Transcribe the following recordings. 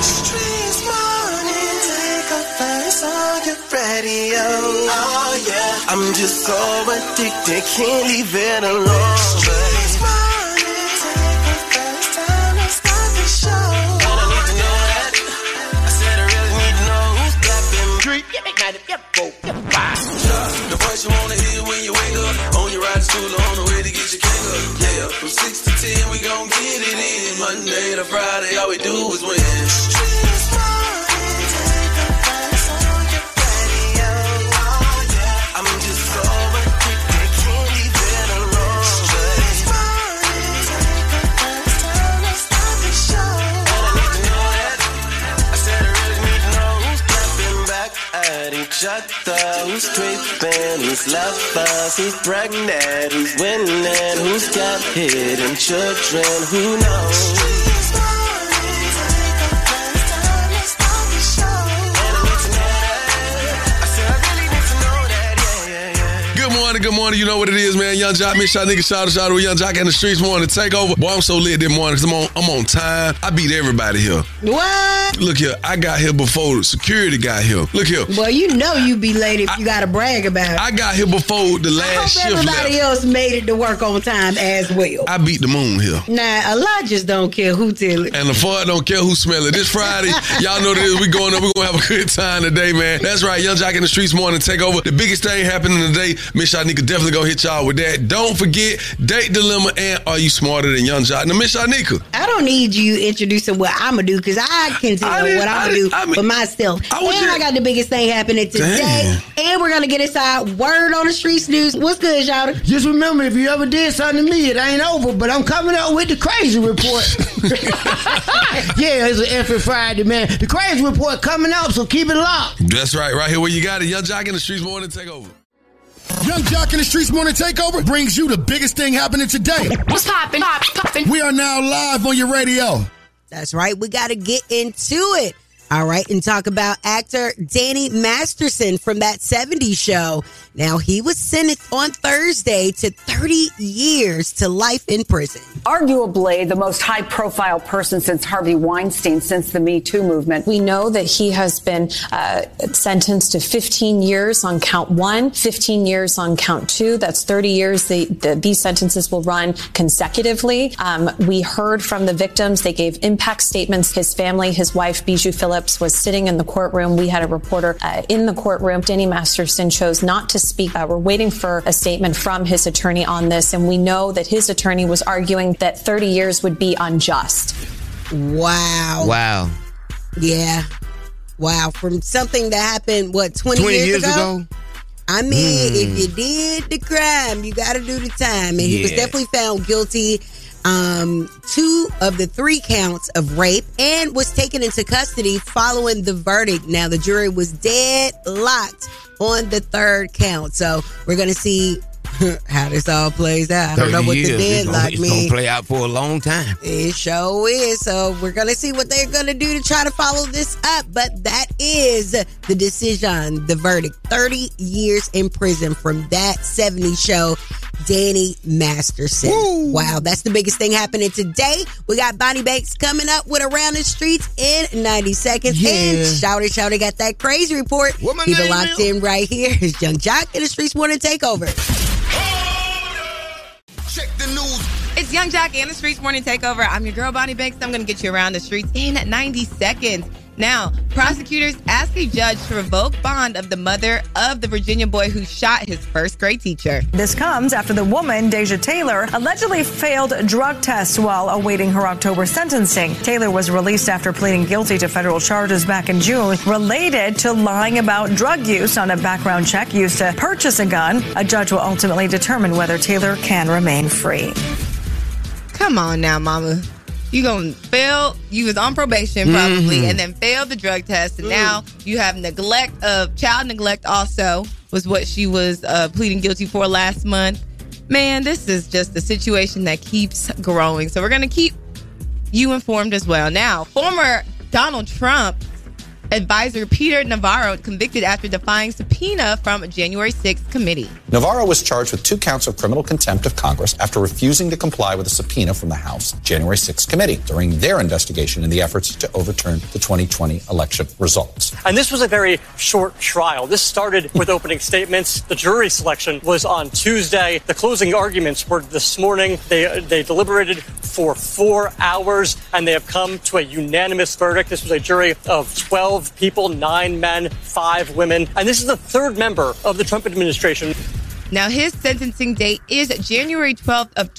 Streets morning, take a face on your radio. Oh yeah, I'm just so addicted, can't leave it alone. Streets morning, take a first time to start the show. I need to know that. I said I really need to know who's clapping. Drink, you make night if you go, you The voice you wanna hear when you wake up. On your ride to school, or on the way to get your king up. Yeah, from six to ten, we gon' get it in. Monday to Friday, all we do is win. Streets morning, take a first on your radio. Oh yeah, I'm just so addicted, can't leave it alone. Streets morning, take a first time to start the show. And I need to know that. I said I really need to know who's clapping back at each other, who's tripping, who's lovers, who's pregnant, who's winning, who's got hidden children, who knows? And I need to know that. I said I really need to know that, yeah, yeah, yeah. Good morning, good morning. You know what it is, man. Young Jock, Miss Shot Nigga, shout out, shout out, Young Jock in the streets morning to take over. Boy, I'm so lit this morning 'cause I'm on, I'm on time. I beat everybody here. What? Look here, I got here before security got here. Look here, Well, you know you be late if you got to brag about it. I got here before the I last hope shift everybody left. else made it to work on time as well. I beat the moon here. Now, a lot just don't care who tell it. And the fun don't care who smell it. This Friday, y'all know this. We going up. We gonna have a good time today, man. That's right. Young Jock in the streets morning take over. The biggest thing happening today. Miss Shanika definitely go hit y'all with that. Don't forget date dilemma and are you smarter than Young Jock? Now, Miss Shanika. I don't need you introducing what I'm gonna do because I can tell I didn't- what I'm I gonna do didn't- I mean- for myself. I was and just- I got the biggest thing happening today, Dang. and we're gonna get inside word on the streets news. What's good, y'all? Just remember, if you ever did something to me, it ain't over. But I'm coming up with the crazy report. yeah, it's an effing Friday, man. The crazy report coming up, so keep it locked. That's right. Right here where you got it. Young Jock in the streets morning take over. Young Jock in the Streets Morning Takeover brings you the biggest thing happening today. What's poppin'? Pop, poppin'. We are now live on your radio. That's right. We got to get into it. All right. And talk about actor Danny Masterson from that 70s show. Now, he was sentenced on Thursday to 30 years to life in prison. arguably the most high profile person since Harvey Weinstein, since the Me Too movement. We know that he has been uh, sentenced to 15 years on count one, 15 years on count two. That's 30 years. The, the, these sentences will run consecutively. Um, we heard from the victims. They gave impact statements. His family, his wife, Bijou Phillips, was sitting in the courtroom. We had a reporter uh, in the courtroom. Danny Masterson chose not to speak. Uh, we're waiting for a statement from his attorney on this. And we know that his attorney was arguing that 30 years would be unjust. Wow. Wow. Yeah. Wow. From something that happened, what, 20, 20 years ago? Hmm. I mean, if you did the crime, you got to do the time. And he was Yeah. definitely found guilty um two of the three counts of rape and was taken into custody following the verdict. Now the jury was deadlocked on the third count. So we're going to see how this all plays out. I don't know 30 what the years. It's gonna- deadlock It's going means. to play out for a long time. It sure is. So we're gonna see what they're gonna do to try to follow this up. But that is the decision, the verdict. 30 years in prison from that 70 show. Danny Masterson. Wow, that's the biggest thing happening today. We got Bonnie Bakes coming up with Around the Streets in 90 seconds. And Yeah. Shouty Shouty got that crazy report. What my Keep it name is? locked in right here. It's Young Jock in the Streets Morning Takeover. Check the news. It's Young Jock and the Streets Morning Takeover. I'm your girl, Bonnie Banks. I'm going to get you around the streets in 90 seconds. Now, prosecutors asked a judge to revoke bond of the mother of the Virginia boy who shot his first grade teacher. This comes after the woman, Deja Taylor, allegedly failed drug tests while awaiting her October sentencing. Taylor was released after pleading guilty to federal charges back in June related to lying about drug use on a background check used to purchase a gun. A judge will ultimately determine whether Taylor can remain free. Come on now, mama. You gonna fail? You was on probation probably, Mhm. and then failed the drug test, and now you have neglect of child neglect. Also, was what she was uh, pleading guilty for last month. Man, this is just a situation that keeps growing. So we're gonna keep you informed as well. Now, former Donald Trump advisor Peter Navarro convicted after defying subpoena from a January 6th committee. Navarro was charged with two counts of criminal contempt of Congress after refusing to comply with a subpoena from the House January 6th committee during their investigation in the efforts to overturn the 2020 election results. And this was a very short trial. This started with opening statements. The jury selection was on Tuesday. The closing arguments were this morning. They they deliberated for four hours, and they have come to a unanimous verdict. This was a jury of 12 people, nine men, five women, and this is the third member of the Trump administration. Now, his sentencing date is January 12th of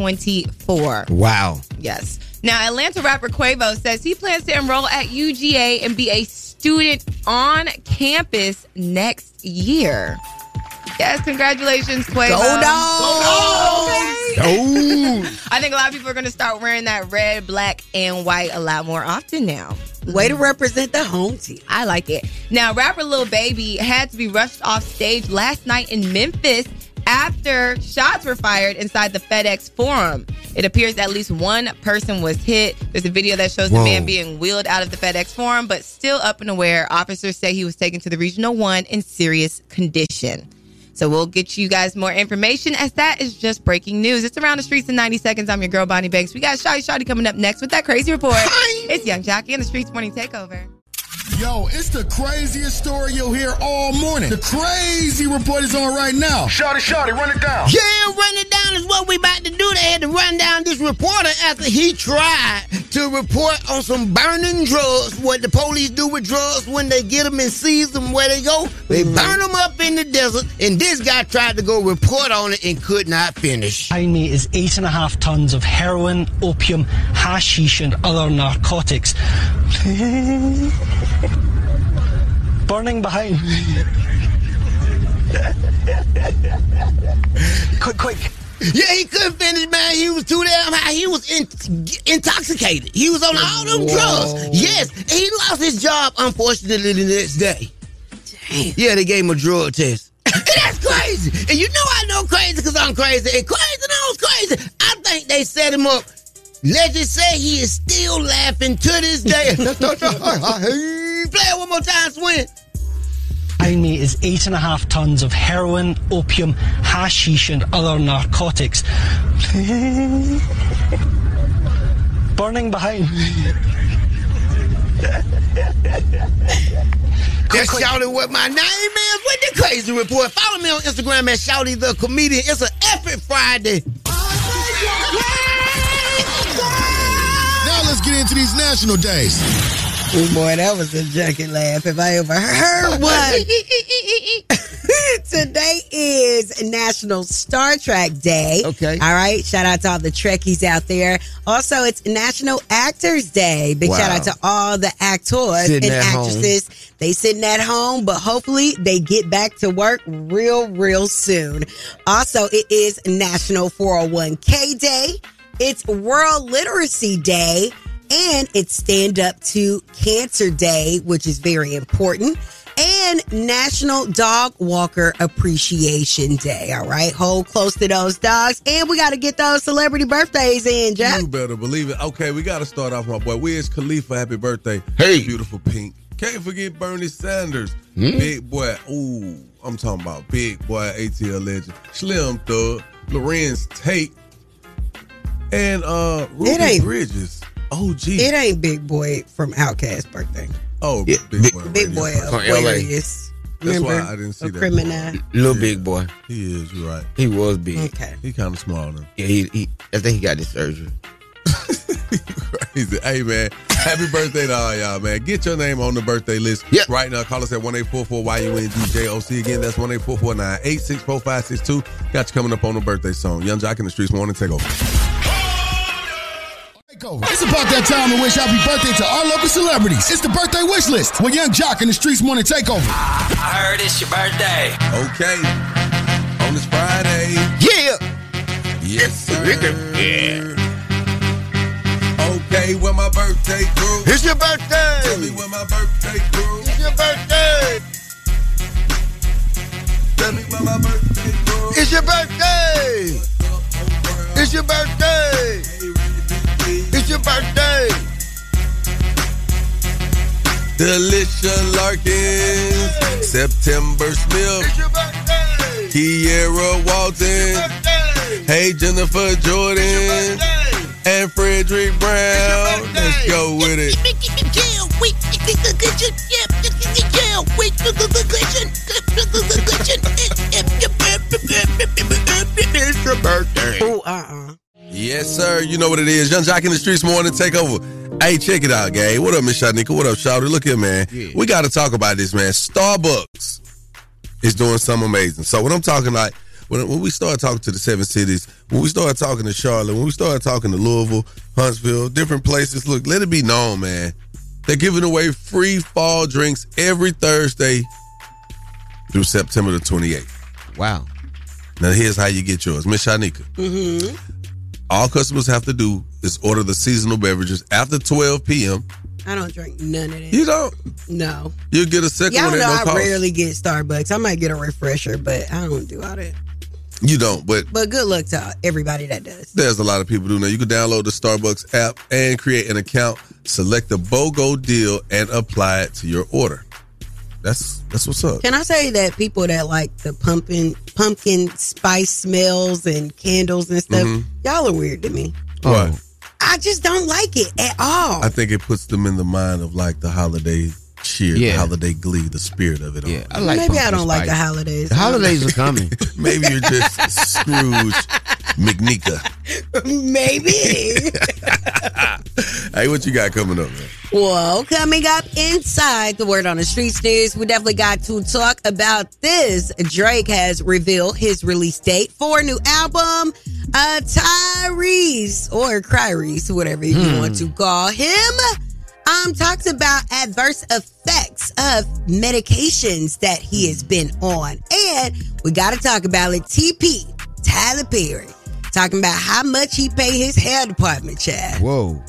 2024. Wow. Yes. Now, Atlanta rapper Quavo says he plans to enroll at UGA and be a student on campus next year. Yes, congratulations, Quavo. Go Dawgs! Go Okay. I think a lot of people are going to start wearing that red, black, and white a lot more often now. Way to represent the home team. I like it. Now, rapper Lil Baby had to be rushed off stage last night in Memphis after shots were fired inside the FedEx Forum. It appears at least one person was hit. There's a video that shows Whoa. the man being wheeled out of the FedEx Forum, but still up and aware. Officers say he was taken to the Regional One in serious condition. So we'll get you guys more information as that is just breaking news. It's around the streets in 90 seconds. I'm your girl Bonnie Banks. We got Shotty Shotty coming up next with that crazy report. It's Young Jockey and the Streets Morning Takeover. Yo, it's the craziest story you'll hear all morning. The crazy report is on right now. Shorty, shorty, run it down. Yeah, run it down is what we about to do. They had to run down this reporter after he tried to report on some burning drugs. What the police do with drugs when they get them and seize them where they go, they Mm-hmm. burn them up in the desert. And this guy tried to go report on it and could not finish. Behind me is eight and a half tons of heroin, opium, hashish, and other narcotics. Burning behind me. Quick, quick. Yeah, he couldn't finish, man. He was too damn high. He was in, intoxicated. He was on all them drugs. Yes, and he lost his job, unfortunately, the next day. Yeah, they gave him a drug test. And that's crazy. And you know I know crazy because I'm crazy. And crazy knows crazy. I think they set him up. Let's just say he is still laughing to this day. Play it one more time, Swin. Behind me is eight and a half tons of heroin, opium, hashish, and other narcotics. Burning behind me. That's Shouty what my name is with the crazy report. Follow me on Instagram at Shouty the Comedian. It's an epic Friday. Now let's get into these national days. Oh boy, that was a junkie laugh if I ever heard one. Today is National Star Trek Day. Okay. All right. Shout out to all the Trekkies out there. Also, it's National Actors Day. Big Wow. shout out to all the actors Sitting and at home. actresses. They sitting at home, but hopefully they get back to work real, real soon. Also, it is National 401k Day. It's World Literacy Day. And it's Stand Up to Cancer Day, which is very important. And National Dog Walker Appreciation Day. All right. Hold close to those dogs. And we got to get those celebrity birthdays in, Jack. You better believe it. Okay, we got to start off, my boy. Where's Khalifa? Happy birthday. Hey. Beautiful pink. Can't forget Bernie Sanders. Hmm? Big boy. Ooh, I'm talking about big boy ATL legend. Slim Thug. Lorenz Tate. And uh Ruby It ain't- Bridges. Oh, gee. It ain't Big Boy from Outcast birthday. Oh, big boy. Big Boy Radio. of Aquarius. That's why Remember? I didn't see A that. criminal. Little big boy. He is you're right. He was big. Okay. He kind of small now. Yeah, he, he. I think he got this surgery. crazy. Hey man, happy birthday to all y'all, man. Get your name on the birthday list right now. Call us at one eight four four Y U N G J O C again. That's one eight four four nine eight six four five six two. Got you coming up on the birthday song. Young Jock in the streets morning take over. It's about that time to wish happy birthday to our local celebrities. It's the birthday wish list with Young Jock and the Streets Morning Takeover. I heard it's your birthday. Okay. On this Friday. Yeah. Yes, sir. Yeah. Okay, when my birthday grew. It's your birthday. Tell me when my birthday grew. It's your birthday. Tell me when my birthday grew. It's your birthday. It's your birthday. It's your birthday. Delicia Larkins, September Smith, Kiera Walton, Hey Jennifer Jordan, and Frederick Brown. Let's go with it. It's your birthday. Oh, uh-uh. Yes, sir. You know what it is. Young Jock in the streets morning take over. Hey, check it out, gang. What up, Miss Shanika? What up, Shouty? Look here, man. We got to talk about this, man. Starbucks is doing something amazing. So when I'm talking like when, when we started talking to the seven cities, when we started talking to Charlotte, when we started talking to Louisville, Huntsville, different places. Look, let it be known, man. They're giving away free fall drinks every Thursday through September the 28th. Wow. Now here's how you get yours, Miss Shanika. Mm-hmm. All customers have to do is order the seasonal beverages after 12 p.m. I don't drink none of that. You don't? No. You'll get a 2nd Y'all one know at no I cost. rarely get Starbucks. I might get a refresher, but I don't do all that. You don't, but But good luck to everybody that does. There's a lot of people do now. You can download the Starbucks app and create an account. Select the BOGO deal and apply it to your order. That's that's what's up. Can I say that people that like the pumpkin pumpkin spice smells and candles and stuff, Mhm. y'all are weird to me. Right. I just don't like it at all. I think it puts them in the mind of like the holiday cheer, the holiday glee, the spirit of it. Yeah, Maybe I don't like the holidays. are coming. Maybe you're just Scrooge McNeeka. Maybe. Hey, what you got coming up, man? Well, coming up inside the Word on the Streets news, we definitely got to talk about this. Drake has revealed his release date for a new album, uh, Tyrese or Cryrese, whatever you Hmm. want to call him. Um, talks about adverse effects of medications that he has been on, and we got to talk about it. TP Tyler Perry talking about how much he paid his hair department, Chad. Whoa.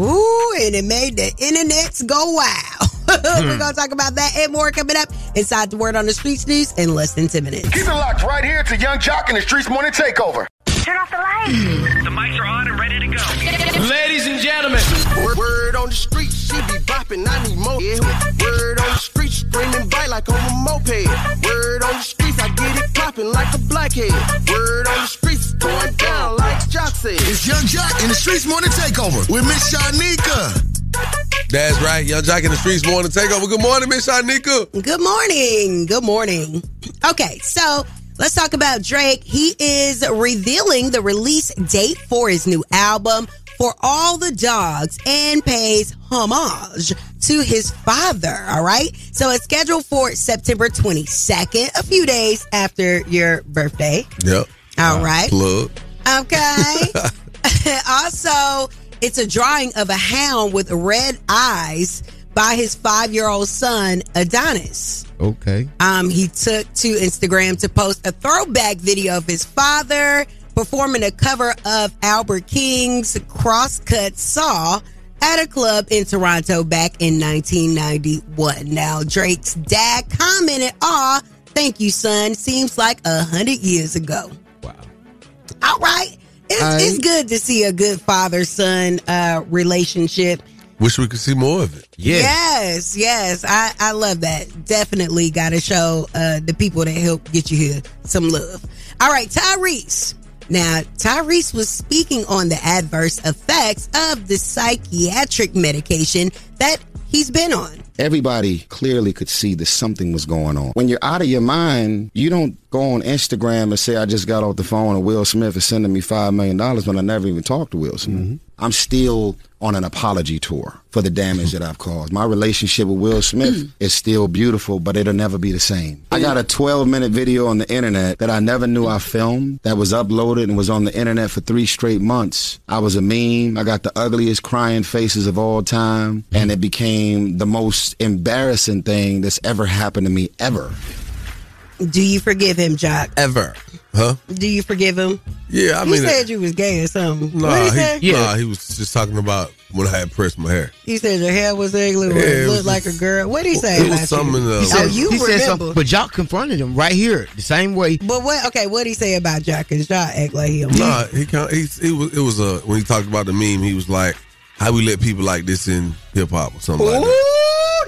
Ooh, and it made the internets go wild. We're going to talk about that and more coming up inside the Word on the Streets news in less than 10 minutes. Keep it locked right here to Young Jock and the Streets Morning Takeover. Turn off the lights. The mics are on and ready to go. Ladies and gentlemen. Word, word on the street, she be bopping, I need more. Yeah. Word on the street, screaming bite like on a moped. Word on the streets, I get it popping like a blackhead. Word on the streets, going down like Jock said. It's Young Jock and the Streets Morning Takeover with Miss Shanika. That's right. Young Jock in the streets morning takeover. Good morning, Miss Shanika. Good morning. Good morning. Okay, so let's talk about Drake. He is revealing the release date for his new album for all the dogs and pays homage to his father. All right. So it's scheduled for September 22nd, a few days after your birthday. Yep. All right. Plug. Okay. also, it's a drawing of a hound with red eyes by his five year old son, Adonis. Okay. Um, he took to Instagram to post a throwback video of his father performing a cover of Albert King's Crosscut Saw at a club in Toronto back in 1991. Now, Drake's dad commented, Aw, thank you, son. Seems like a hundred years ago. Wow. All right. It's, All right. it's good to see a good father son uh, relationship. Wish we could see more of it. Yes, yes. I, I love that. Definitely got to show uh, the people that help get you here some love. All right, Tyrese. Now, Tyrese was speaking on the adverse effects of the psychiatric medication that he's been on. Everybody clearly could see that something was going on. When you're out of your mind, you don't go on Instagram and say, I just got off the phone and Will Smith is sending me $5 million when I never even talked to Will Smith. I'm still on an apology tour for the damage that I've caused. My relationship with Will Smith is still beautiful, but it'll never be the same. I got a 12 minute video on the internet that I never knew I filmed that was uploaded and was on the internet for three straight months. I was a meme. I got the ugliest crying faces of all time, and it became the most embarrassing thing that's ever happened to me ever. Do you forgive him, Jock? Ever. Huh? Do you forgive him? Yeah, I he mean, said you was gay or something. Nah, what he, say? he, nah, he was just talking about when I had pressed my hair. He said your hair was ugly, Yeah, it looked was like a girl. What did he say? It about you? was something. Uh, He said- Oh, you he said remember. something, but y'all confronted him right here the same way. But what? Okay, what did he say about Jock? Cause Jock act like he. A Nah, he kind he, he was it was uh when he talked about the meme, he was like, "How we let people like this in hip hop or something like that." Ooh,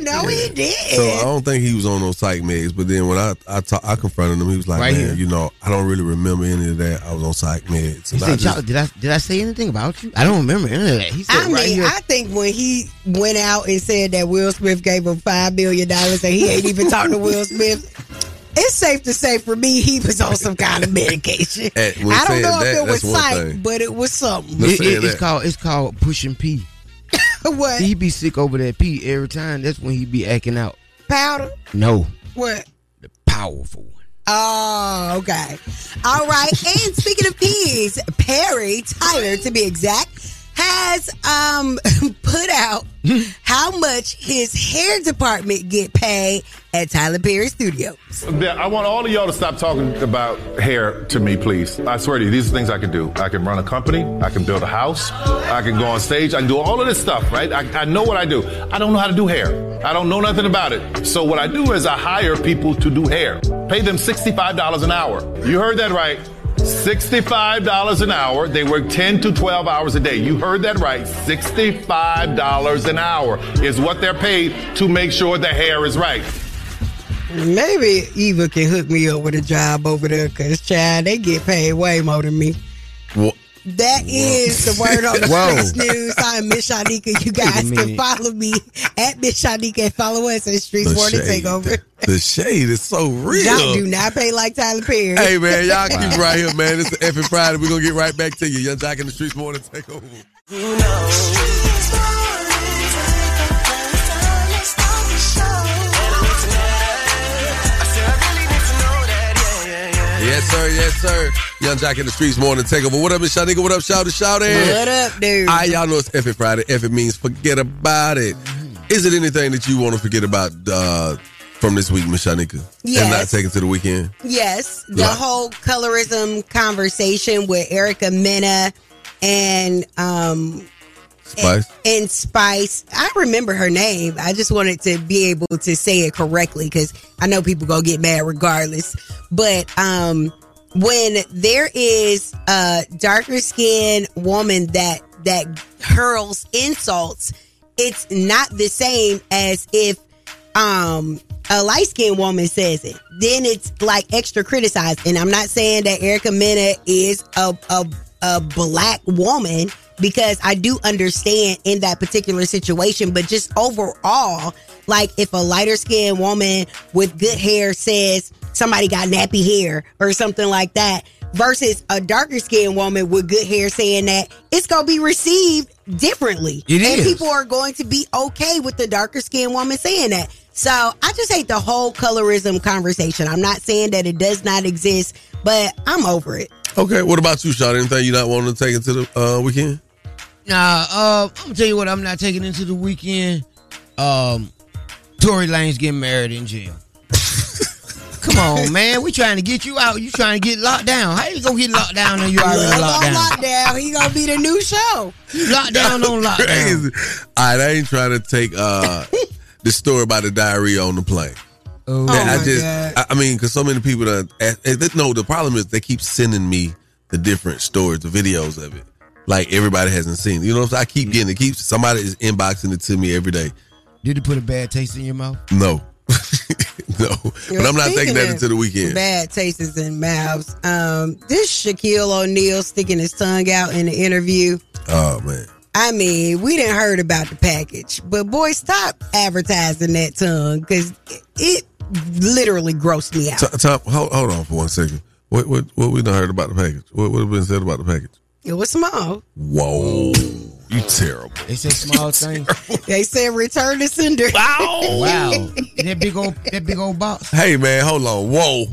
no, he did. So I don't think he was on those psych meds. But then when I I, ta- I confronted him, he was like, Right "Man, here. you know, I don't really remember any of that. I was on psych meds." He And I said, just- y'all, did I did I say anything about you? I don't remember any of that. He said I mean, right here. I think when he went out and said that Will Smith gave him five million dollars and he ain't even talking to Will Smith, it's safe to say for me he was on some kind of medication. At- when I don't saying know that, if it was that's one psych, thing. but it was something. Let's It- say it- it's that. called it's called pushing P. what he be sick over that P every time. That's when he be acting out. powder? No, What? powerful. Oh, okay. All right. and speaking of peas, Perry Tyler, to be exact, has um put out how much his hair department get paid at Tyler Perry Studios. That- I want all of y'all to stop talking about hair to me, please. I swear to you, these are things I can do. I can run a company. I can build a house. I can go on stage. I can do all of this stuff, right? I, I know what I do. I don't know how to do hair. I don't know nothing about it. So what I do is I hire people to do hair. Pay them $65 an hour. You heard that right. $65 an hour. They work 10 to 12 hours a day. You heard that right. $65 an hour is what they're paid to make sure the hair is right. Maybe Eva can hook me up with a job over there because, child, they get paid way more than me. Wha- That is the word on the Whoa. Streets News. I'm Miss Shanika. You guys can minute. follow me at Miss Shanika and follow us at Streets The Morning shade. Takeover. the shade is so real. Y'all do not pay like Tyler Perry. Hey man, y'all keep it right here, man. It's the effing Friday. We're gonna get right back to you. Young Jock in the streets morning take over. Yes, sir, yes, sir. Young Jock in the streets morning take over. What up, Miss Shanika? What up, shout it, shout it. What up, dude? I y'all know it's effing Friday. Effing means forget about it. Mm-hmm. Is it anything that you want to forget about uh, from this week, Miss Shanika? And not Yes. take it to the weekend? Yes, the Yeah. whole colorism conversation with Erica Mena and um Spice. and Spice. I remember her name. I just wanted to be able to say it correctly because I know people gonna get mad regardless. But um when there is a darker skinned woman that that hurls insults, it's not the same as if um a light skinned woman says it. Then it's like extra criticized. And I'm not saying that Erica Mena is a a, a black woman because I do understand in that particular situation, but just overall, like if a lighter skinned woman with good hair says somebody got nappy hair or something like that, versus a darker skinned woman with good hair saying that, it's gonna be received differently. It and is. people are going to be okay with the darker skinned woman saying that. So I just hate the whole colorism conversation. I'm not saying that it does not exist, but I'm over it. Okay, what about you, Shot? Anything you not wanting to take it to the uh, weekend? Nah, uh, I'm gonna tell you what I'm not taking into the weekend. Um, Tory Lane's getting married in jail. Come on, man. We trying to get you out. You trying to get locked down. How you gonna get locked down and you already Love locked on down? lockdown. He gonna be the new show. Locked down on lockdown. Crazy. All right, I ain't trying to take uh, the story about the diarrhea on the plane. Oh, I my just, God. I, I mean, because so many people that ask- eh, they- no, the problem is they keep sending me the different stories, the videos of it. Like everybody hasn't seen. it. You know what I'm saying? I keep getting it. Keeps somebody is inboxing it to me every day. Did it put a bad taste in your mouth? No, no. But I'm not taking Speaking that of into the weekend. Bad tastes in mouths. Um, this Shaquille O'Neal sticking his tongue out in the interview. Oh man. I mean, we didn't heard about the package, but boy, stop advertising that tongue because it literally grossed me out. Tom, Tom, hold, hold on for one second. What what what we done heard about the package? What what have been said about the package? It was small. Whoa, you terrible. It's a small thing. They said return to sender. Wow, Wow. that big old that big old box. Hey man, hold on. Whoa,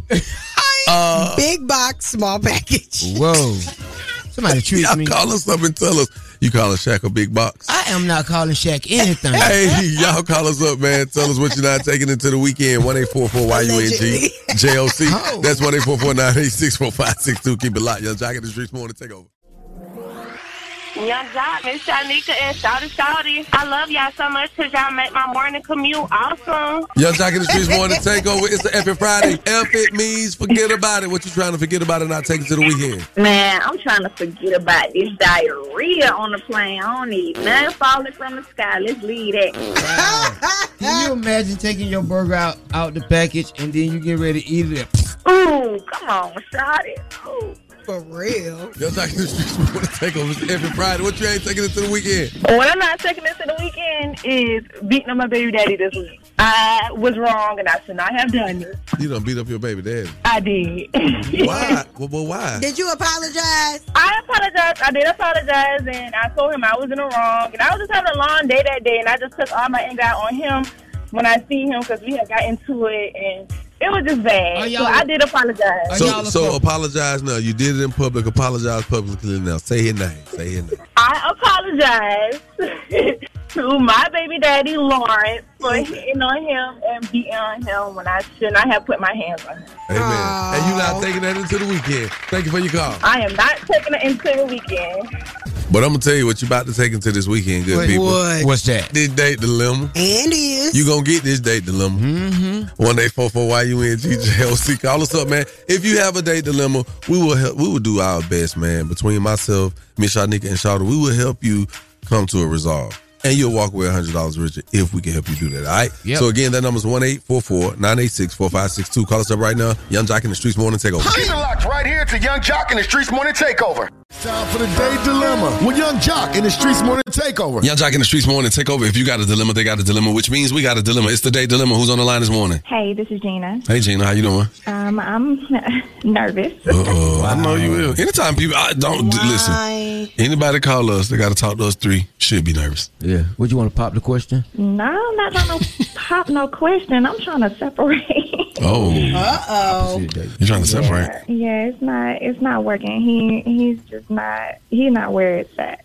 Uh, big box, small package. whoa. Somebody treat Y'all me. Call us up and tell us. You call us Shaq a big box. I am not calling Shaq anything. Hey, y'all call us up, man. Tell us what you're not taking into the weekend. 1 Allegedly. YUNG JOC. That's 1 844 Keep it locked. Young Jock in the streets morning. Take over. Young Jock, Miss Shanika and Shouty Shouty. I love y'all so much because y'all make my morning commute awesome. Young Jock in the streets morning. Take over. It's the F it Friday. F it means forget about it. What you trying to forget about and not take it to the weekend? Man, I'm trying to forget about this diarrhea on the plane. I don't need nothing falling from the sky. Let's leave that. Can you imagine taking your burger out out the package and then you get ready to eat it? Ooh, come on, shot it. Ooh. For real. Young Jock in the streets morning. Take over. It's the F it Friday. What you ain't taking into the weekend? What I'm not taking into the weekend is beating up my baby daddy this week. I was wrong and I should not have done this. You done beat up your baby daddy. I did. Why? Well, well why? Did you apologize? I apologized. I did apologize and I told him I was in the wrong. And I was just having a long day that day and I just took all my anger out on him when I see him because we had got into it and it was just bad. So I did apologize. So, so apologize now. You did it in public. Apologize publicly now. Say his name. Say his name. I apologize to my baby daddy Lawrence for hitting on him and beating on him when I should not have put my hands on him. Amen. And you not taking that into the weekend. Thank you for your call. I am not taking it into the weekend. But I'm gonna tell you what you about to take into this weekend, good What- people. what? What's that? This date dilemma. And is. You gonna get this date dilemma. Mm-hmm. One eight four four Y U N G J O C. Call us up, man. If you have a date dilemma, we will help. We will do our best, man. Between myself, Miss Shanika, and Shawty, we will help you come to a resolve. And you'll walk away hundred dollars richer if we can help you do that. All right. Yep. So again, that number's one eight four four nine eight six four five six two. Call us up right now. Young Jock in the streets morning take over. Keep it locked right here to Young Jock and the Streets Morning Takeover. Time for the Day Dilemma with Young Jock and the Streets Morning Takeover. Young Jock in the streets morning take over. If you got a dilemma, they got a dilemma, which means we got a dilemma. It's the day dilemma. Who's on the line this morning? Hey, this is Gina. Hey Gina, how you doing? Um, I'm nervous. Uh-oh, Oh, I know you will. Anytime people, I don't d- listen. Anybody call us, they got to talk to us three. Should be nervous. Yeah. Would you want to pop the question? No, I'm not trying to pop no question. I'm trying to separate. Oh, oh. you're trying to separate. Yeah, it's not. It's not working. He he's just not. He's not where it's at.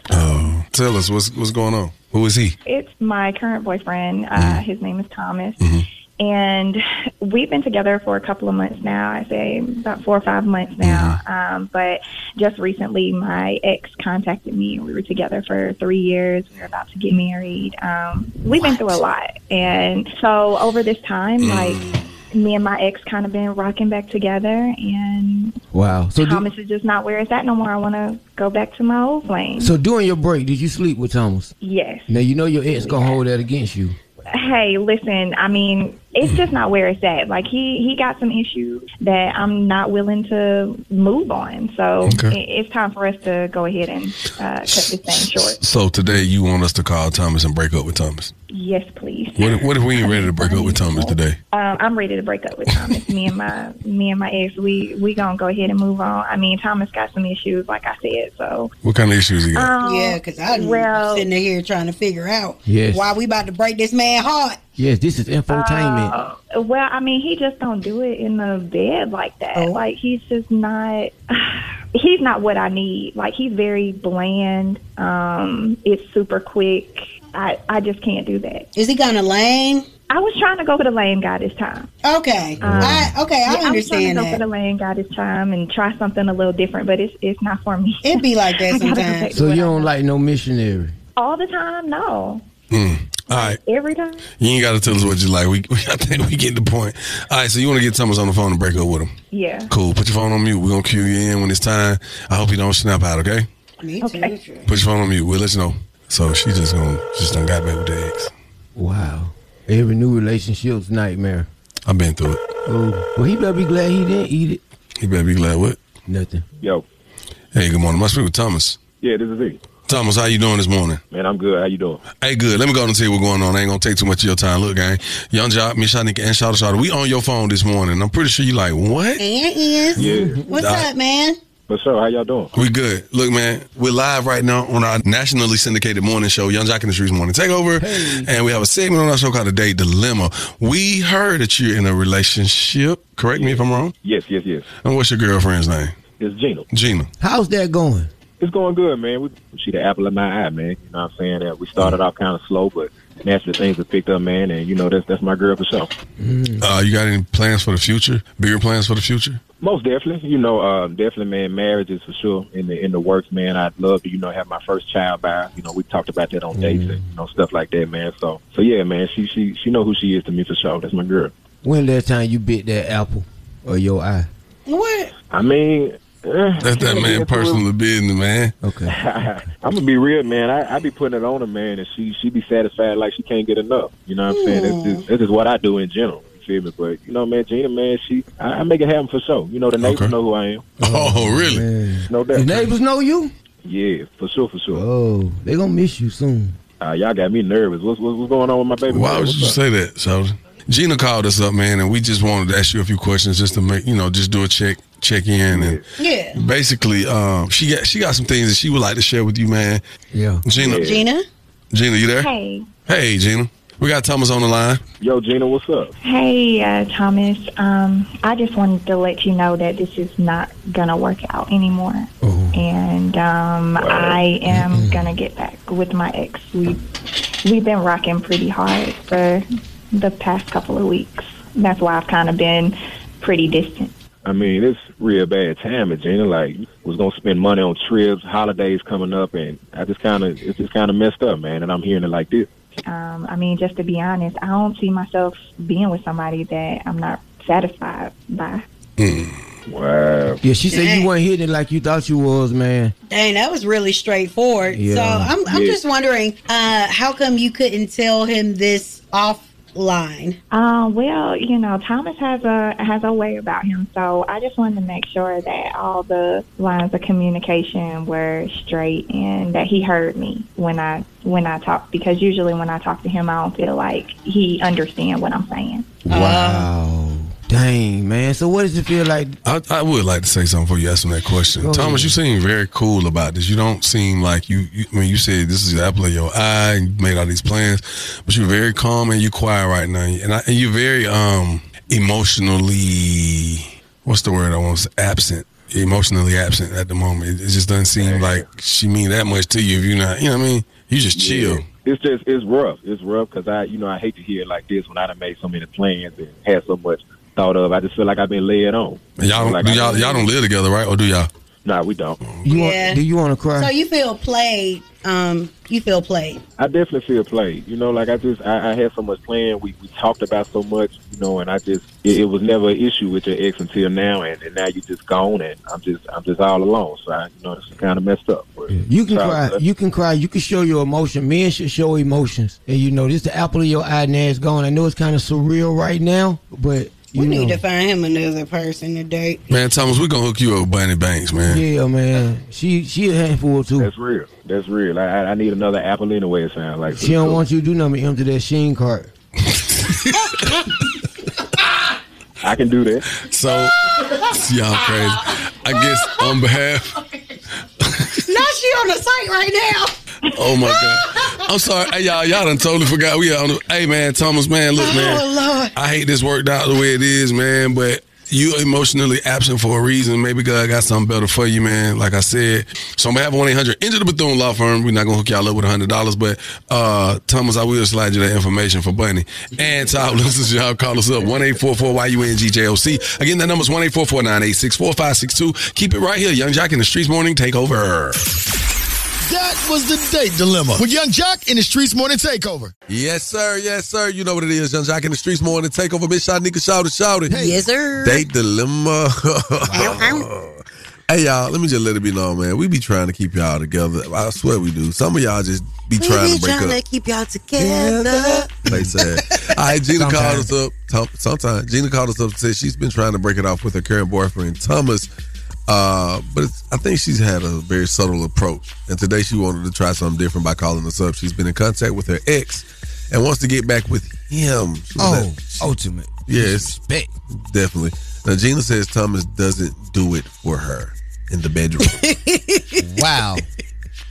Tell us what's what's going on. Who is he? It's my current boyfriend. Mm-hmm. Uh, his name is Thomas. And we've been together for a couple of months now. I say about four or five months now. Mm-hmm. Um, but just recently, my ex contacted me. We were together for three years. We were about to get married. Um, we've been through a lot. And so over this time, Mm. like me and my ex kind of been rocking back together. And Wow. So, do, Thomas is just not where it's at no more. I want to go back to my old flame. so during your break, did you sleep with Thomas? yes. Now you know your ex gonna hold that against you. hey listen i mean it's just not where it's at like he he got some issues that i'm not willing to move on so Okay. it, it's time for us to go ahead and uh, cut this thing short So today you want us to call Thomas and break up with Thomas. yes please What if, what if we ain't ready to break up with Thomas today? um, i'm ready to break up with thomas me and my me and my ex we we gonna go ahead and move on i mean thomas got some issues like i said so What kind of issues he got? Um, yeah, because I'm well- sitting here trying to figure out Yes. why we about to break this man heart. Yes, this is infotainment. Uh, well, I mean, he just don't do it in the bed like that. Oh. Like he's just not. He's not what I need. Like he's very bland. Um, it's super quick. I I just can't do that. Is he going to lane? I was trying to go for the lane guy this time. Okay, I, okay, I understand yeah, I was trying to go for the lane guy this time and try something a little different, but it's it's not for me. It be like that So you don't like no missionary. All the time, no. Mm. All right, Every time. you ain't got to tell us what you like. We, we I think we get the point. All right, so you want to get Thomas on the phone and break up with him? Yeah. Cool. Put your phone on mute. We're gonna cue you in when it's time. I hope you don't snap out. Okay. Me too. Put your phone on mute. We'll let you know. So she just gonna just done got back with the ex. Wow. Every new relationship's nightmare. I've been through it. Oh, well, he better be glad he didn't eat it. He better be glad what? Nothing. Yo. Hey, good morning. My speak with Thomas. Yeah, this is he. Thomas, how you doing this morning? Man, I'm good. How you doing? Hey, good. Let me go and tell you what's going on. I ain't gonna take too much of your time. Look, gang, Young Job, Miss Shanika, and Shada Shada, we on your phone this morning. I'm pretty sure you like what? There it is. Yeah. What's Nah. up, man? What's up? How y'all doing? We good. Look, man, we're live right now on our nationally syndicated morning show, Young Jock and the Streets Morning Takeover, and we have a segment on our show called The Date Dilemma. We heard that you're in a relationship. Correct me if I'm wrong. Yes, yes, yes. And what's your girlfriend's name? It's Gina. Gina. How's that going? It's going good, man. We, she the apple of my eye, man. You know what I'm saying? That we started off kind of slow, but naturally things have picked up, man. And you know that's that's my girl for sure. Uh, you got any plans for the future? Bigger plans for the future? Most definitely, you know, uh, definitely, man. Marriage is for sure in the in the works, man. I'd love to, you know, have my first child by. You know, we talked about that on dates Mm-hmm. and you know stuff like that, man. So, so yeah, man. She she she know who she is to me for sure. That's my girl. When last time you bit that apple or your eye? What? I mean, eh. That's that man personal business, man. Okay. I'm gonna be real, man. I, I be putting it on her, man, and she she be satisfied like she can't get enough. You know what I'm saying? That's just, that's just what I do in general. You feel me? But you know, man, Gina, man, she I, I make it happen for sure. You know, the neighbors know who I am. Oh, really? No doubt. The neighbors know you? Yeah, for sure, for sure. Oh, they gonna miss you soon. Uh, y'all got me nervous. What's what's, what's going on with my baby? Why man? would What's you up? say that, Sheldon? Gina called us up, man, and we just wanted to ask you a few questions just to make you know, just do a check check in and Yeah. basically um she got she got some things that she would like to share with you, man. Yeah. Gina Gina? Gina, you there? Hey. Hey Gina. We got Thomas on the line. Yo, Gina, what's up? Hey, uh, Thomas. Um, I just wanted to let you know that this is not going to work out anymore. And um, I am going to get back with my ex. We, we've been rocking pretty hard for the past couple of weeks. That's why I've kind of been pretty distant. I mean, it's real bad timing, Gina. Like, was gonna spend money on trips, holidays coming up, and I just kind of it's just kind of messed up, man. And I'm hearing it like this. Um, I mean, just to be honest, I don't see myself being with somebody that I'm not satisfied by. Wow. Yeah, she said you weren't hitting it like you thought you was, man. Dang, that was really straightforward. Yeah. So I'm, I'm Yeah. just wondering, uh, how come you couldn't tell him this offline? Uh, well, you know, Thomas has a has a way about him, so I just wanted to make sure that all the lines of communication were straight and that he heard me when I when I talk because usually when I talk to him, I don't feel like he understand what I'm saying. Wow. Uh, Dang, man. So what does it feel like? I, I would like to say something before you ask me that question. Go Thomas, ahead. you seem very cool about this. You don't seem like you, you I mean, you said this is the apple of your eye and you made all these plans, but you're very calm and you're quiet right now. And, I, and you're very um emotionally, what's the word I want to say? Absent. Emotionally absent at the moment. It, it just doesn't seem like she mean that much to you if you're not, you know what I mean? You just chill. It's just it's rough. It's rough because I you know I hate to hear it like this when I done made so many plans and had so much thought of. I just feel like I've been laid on. And y'all don't, Like do I- y'all, y'all don't live together, right? Or do y'all? Nah, we don't. You Yeah. want, do you want to cry? So you feel played. Um, you feel played. I definitely feel played. You know, like I just I, I had so much playing. We we talked about so much. You know, and I just it, it was never an issue with your ex until now, and, and now you just gone, and I'm just I'm just all alone. So I, you know, it's kind of messed up. But You can so, cry. You can cry. You can show your emotion. Men should show emotions. And you know, this the apple of your eye. Now it's gone. I know it's kind of surreal right now, but you We know, need to find him another person to date. Man, Thomas, we're going to hook you up with Bunny Banks, man. yeah, man. She she a handful too. That's real. That's real. I, I I need another apple in the way it sounds like. She don't want you to do nothing but empty that sheen cart. I can do that. So, y'all crazy. I guess on behalf now she on the site right now. Oh my god! I'm sorry, hey, y'all. Y'all done totally forgot. We on. The, hey man, Thomas, man, look, man. Oh, Lord. I hate this worked out the way it is, man. But you emotionally absent for a reason. Maybe God got something better for you, man. Like I said, so on behalf of one eight hundred into the Bethune Law Firm, we're not gonna hook y'all up with hundred dollars, but uh, Thomas, I will slide you that information for Bunny and to our listeners. Y'all call us up one eight four four Y U N G J O C. Again, that number's one eight four four nine eight six four five six two. Keep it right here, Young Jack in the Streets Morning Takeover. That was the date dilemma with Young Jock in the Streets Morning Takeover. Yes, sir. Yes, sir. You know what it is. Young Jack in the streets morning. Take over. Miss Shanika. Shout it. Shout it. Yes, sir. Date dilemma. hey, y'all. Let me just let it be known, man. We be trying to keep y'all together. I swear we do. Some of y'all just be We trying be to break trying up. to keep y'all together. They said. All right, Gina called us up. Tom- Sometimes Gina called us up and said she's been trying to break it off with her current boyfriend Thomas, Uh, but it's, I think she's had a very subtle approach. And today she wanted to try something different by calling us up. She's been in contact with her ex and wants to get back with him. She was Oh, at- ultimate. Yes. Respect. Definitely. Now, Gina says Thomas doesn't do it for her in the bedroom. wow.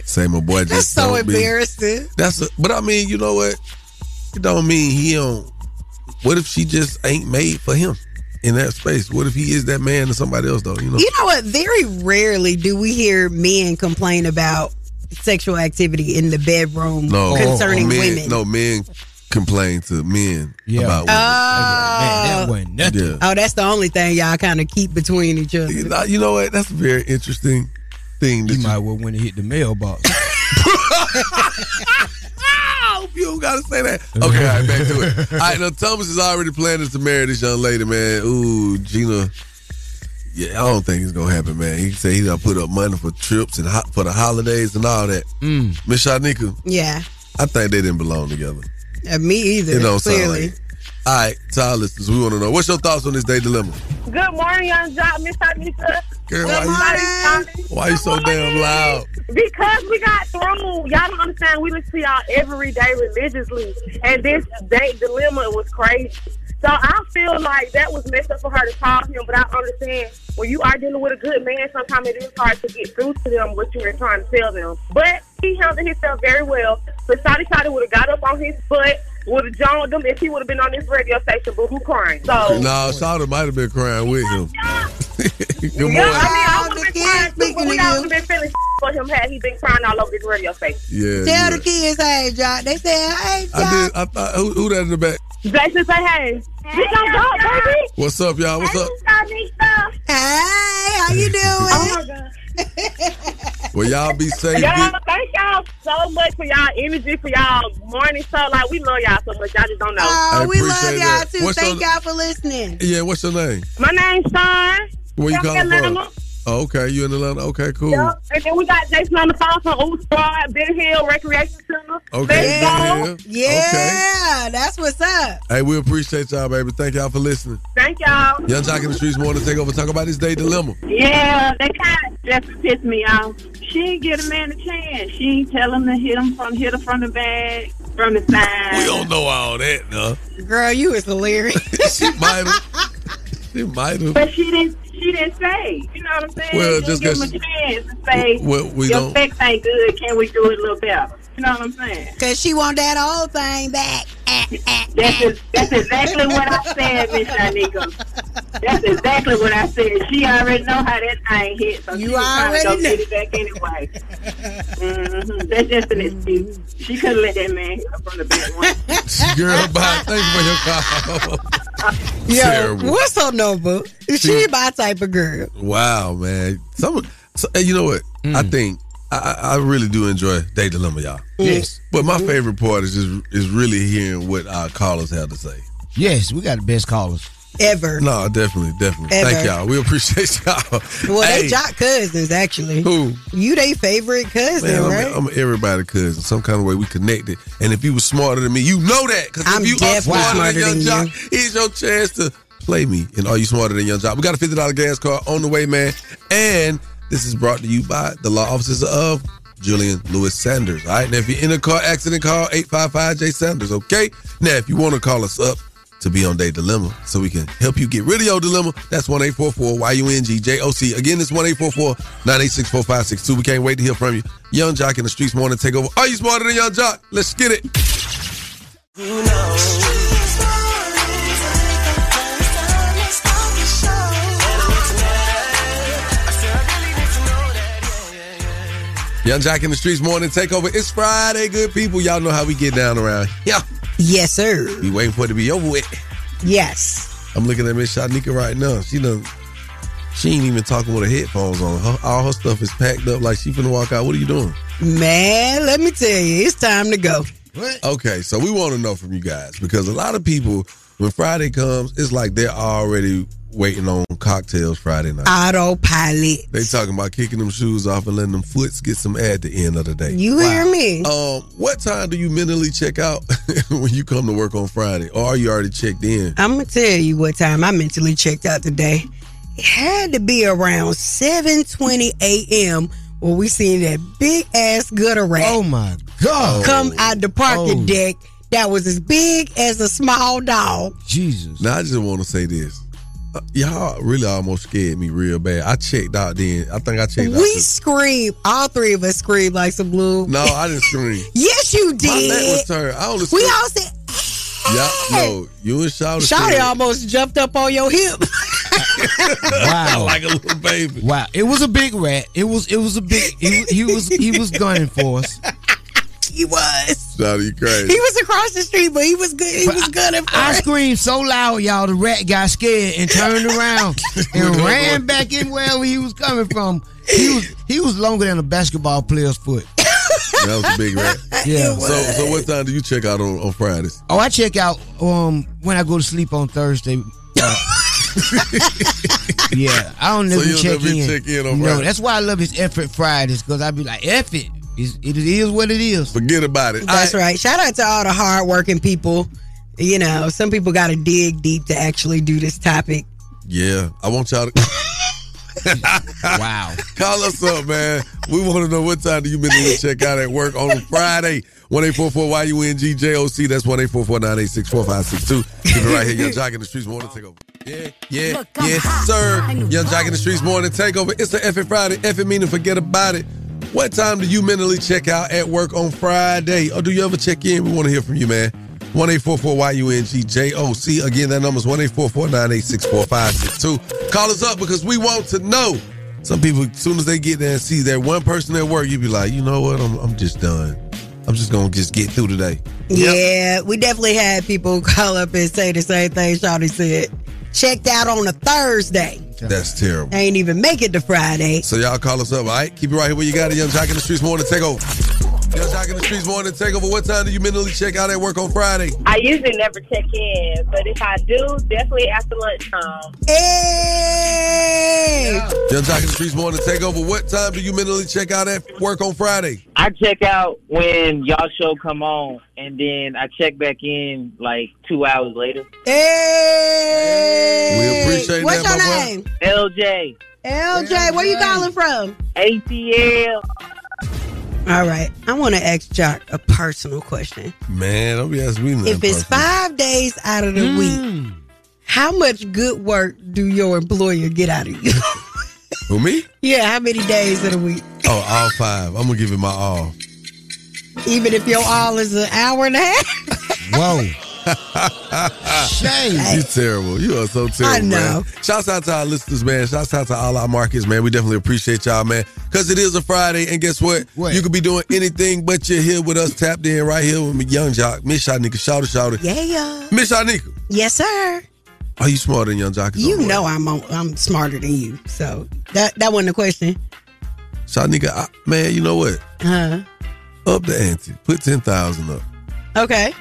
Say my boy That's just so don't be- embarrassing. That's a, but I mean, you know what? It don't mean he don't. What if she just ain't made for him in that space? What if he is that man to somebody else though? You know. You know what? Very rarely do we hear men complain about sexual activity in the bedroom no Oh, concerning men, women. No men complain to men about women. Oh. Yeah. Oh, that's the only thing y'all kind of keep between each other. Uh, You know what? That's a very interesting thing. That you, might well want to hit the mailbox. you don't gotta say that. Okay, all right, back to it. All right, now Thomas is already planning to marry this young lady, man. Ooh, Gina. Yeah, I don't think it's gonna happen, man. He said he's gonna put up money for trips and ho- for the holidays and all that. Miss Shanika, Yeah, I think they didn't belong together. Uh, me either. It don't sound clearly. like it. All right, to our listeners, we want to know what's your thoughts on this day dilemma. Good morning, young job, Miss Anita. Girl, why you- Why you so damn loud? Because we got through. Y'all don't understand. We listen to y'all every day religiously. And this date dilemma was crazy. So I feel like that was messed up for her to call him, but I understand when you are dealing with a good man, sometimes it is hard to get through to them what you were trying to tell them. But he handled himself very well. But Shotty Shotty would have got up on his butt, would have joined them if he would have been on this radio station, boo hoo crying. So No, nah, Shawty might have been crying with him. Good morning. yeah, I mean, I would have been crying too, but we all would have been feeling for him had he been crying all over this radio station. Yeah, Tell yeah. the kids, hey, John. They said, hey, John. I did. I thought who, who that in the back? Jason say, hey, we gonna go, baby. What's up, y'all? What's up? Hey, how you doing? oh my Well, y'all be safe. Y'all, Be, thank y'all so much for y'all energy, for y'all morning show. Like, we love y'all so much. Y'all just don't know. Oh, I we love appreciate y'all, that. too. What's Thank your- y'all for listening. yeah. What's your name? My name's Sean. Where you From calling Atlanta. from? Oh, okay. You in Atlanta? Okay, cool. Yep. And then we got Jason on the phone from Old Squad, Ben Hill Recreation Center. Okay. Baseball. Yeah. Okay. Yeah, that's what's up. Hey, we appreciate y'all, baby. Thank y'all for listening. Thank y'all. Young Jock in the Streets Morning Takeover. Talk about this day dilemma. Yeah, that kind of just pissed me off. She ain't give a man a chance. She ain't tell him to hit him from hit him from the back, from the We side. don't know all that, no. Girl, you is hilarious. she might have. She might have. But she didn't. She didn't say. You know what I'm saying? Well, She just give 'cause him a chance to say. Well, we your don't- sex ain't good. Can we do it a little better? You know what I'm saying? Because she want that whole thing back. That's, ex- that's exactly what I said, Miss Shanika. That's exactly what I said. She already know how that thing hit, so you she was trying to go already get it back anyway. hmm That's just an excuse. She couldn't let that man hit her from the back one. Girl, bye. Thank you for your call. Yo, Terrible. what's her number? She my type of girl. Wow, man. Some, so, hey, you know what? Mm. I think I, I I really do enjoy Day Dilemma, y'all. Yes. But my favorite part is just, is really hearing what our callers have to say. Yes, we got the best callers. Ever. No, definitely, definitely. Thank Ever. y'all. We appreciate y'all. Well, Hey, they jock cousins, actually. Who? You they favorite cousin, Man, I'm, right? I'm everybody cousin. Some kind of way we connected. And if you was smarter than me, you know that. Because I'm if you are definitely smarter, smarter than than Young you. Jock, here's your chance to play me. And are you smarter than Young Jock? We got a fifty dollar gas card on the way, man. And this is brought to you by the law offices of Julian Lewis Sanders. All right. Now, if you're in a car accident, call eight five five J Sanders. Okay. Now, if you want to call us up. To be on Day Dilemma, so we can help you get rid of your dilemma. That's 1 844 Y U N G J O C. Again, it's 1 844 986 4562. We can't wait to hear from you. Young Jock in the streets morning takeover. Are you smarter than Young Jock? Let's get it. Young Jock in the Streets Morning Takeover. It's Friday, good people. Y'all know how we get down around. Yeah. Yes, sir. We waiting for it to be over with. Yes. I'm looking at Miss Shanika right now. She done. She ain't even talking with her headphones on. Her, all her stuff is packed up like she finna walk out. What are you doing? Man, let me tell you, it's time to go. Okay, so we want to know from you guys because a lot of people, when Friday comes, it's like they're already waiting on cocktails Friday night. Autopilot. They talking about kicking them shoes off and letting them foots get some air at the end of the day. You hear me? Um, what time do you mentally check out when you come to work on Friday, or are you already checked in? I'm gonna tell you what time I mentally checked out today. had to be around 7:20 a.m. when we seen that big ass gutter rat. Oh my God. Come out the parking Oh. deck that was as big as a small dog. Jesus. Now I just want to say this. Uh, y'all really almost scared me real bad. I checked out then. I think I checked out. We screamed. All three of us screamed like some blue. No, I didn't scream. Yes, you did. My neck was turned. I only we screamed- all said, Y'all, no, you and Shawty. Shawty said- almost jumped up on your hip. Wow. like a little baby. Wow. It was a big rat. It was it was a big he, he was he was gunning for us. He was. Shawty, you crazy. He was across the street, but he was good. He was good at I screamed so loud, y'all. The rat got scared and turned around and ran back in wherever he was coming from. He was he was longer than a basketball player's foot. That was a big rat. Yeah. So, so what time do you check out on, on Fridays? Oh, I check out um when I go to sleep on Thursday. Uh, yeah, I don't So never you'll check never in. check in on no, Friday. that's why I love his effort Fridays because I be like, F it. It's, it is what it is. Forget about it. That's right. Shout out to all the hardworking people. You know, some people got to dig deep to actually do this topic. Yeah, I want y'all to. wow. Call us up, man. We want to know what time do you been to check out at work on Friday? 1-844-YUNG-JOC. That's 1-844-986-4562. Keep it right here. Young Jock in the Streets Morning Takeover. Yeah, yeah, yes, sir. Young Jock in the Streets Morning Takeover. It's the F it Friday. F it meaning forget about it. What time do you mentally check out at work on Friday? Or do you ever check in? We want to hear from you, man. 1-844-YUNG-JOC. Again, that number's 1-844-986-4562. Call us up because we want to know. Some people, as soon as they get there and see that one person at work, you be like, you know what? I'm, I'm just done. I'm just going to just get through today. Yeah, we definitely had people call up and say the same thing Shawty said. Checked out on a Thursday. That's terrible. They ain't even make it to Friday. So y'all call us up, all right? Keep it right here where you got it. Young Jock in the Streets Morning Takeover. Young Jock in the Streets Morning Takeover. What time do you mentally check out at work on Friday? I usually never check in, but if I do, definitely after lunchtime. Hey! Young Jock in the Streets Morning Takeover. What time do you mentally check out at work on Friday? I check out when y'all show come on, and then I check back in like two hours later. Hey! We appreciate What's your name? LJ. LJ, where you calling from? ATL. All right. I want to ask Jock a personal question. Man, don't be asking me nothing if it's personal. five days out of the week, how much good work do your employer get out of you? Who, me? yeah, how many days of the week? Oh, all five. I'm going to give it my all. Even if your all is an hour and a half? Whoa. Shame. You terrible. You are so terrible. I know. Man. Shouts out to our listeners, man. Shouts out to all our markets, man. We definitely appreciate y'all, man. Cause it is a Friday, and guess what? You could be doing anything, but you're here with us, tapped in right here with me, Young Jock, Miss Shanika, Shouter Shouter. Yeah. Miss Shanika, Yes, sir. are you smarter than Young Jock? You know I'm on, I'm smarter than you. So that that wasn't a question. Shanika, I, man, you know what? Huh? Up the ante. Put ten thousand up. Okay.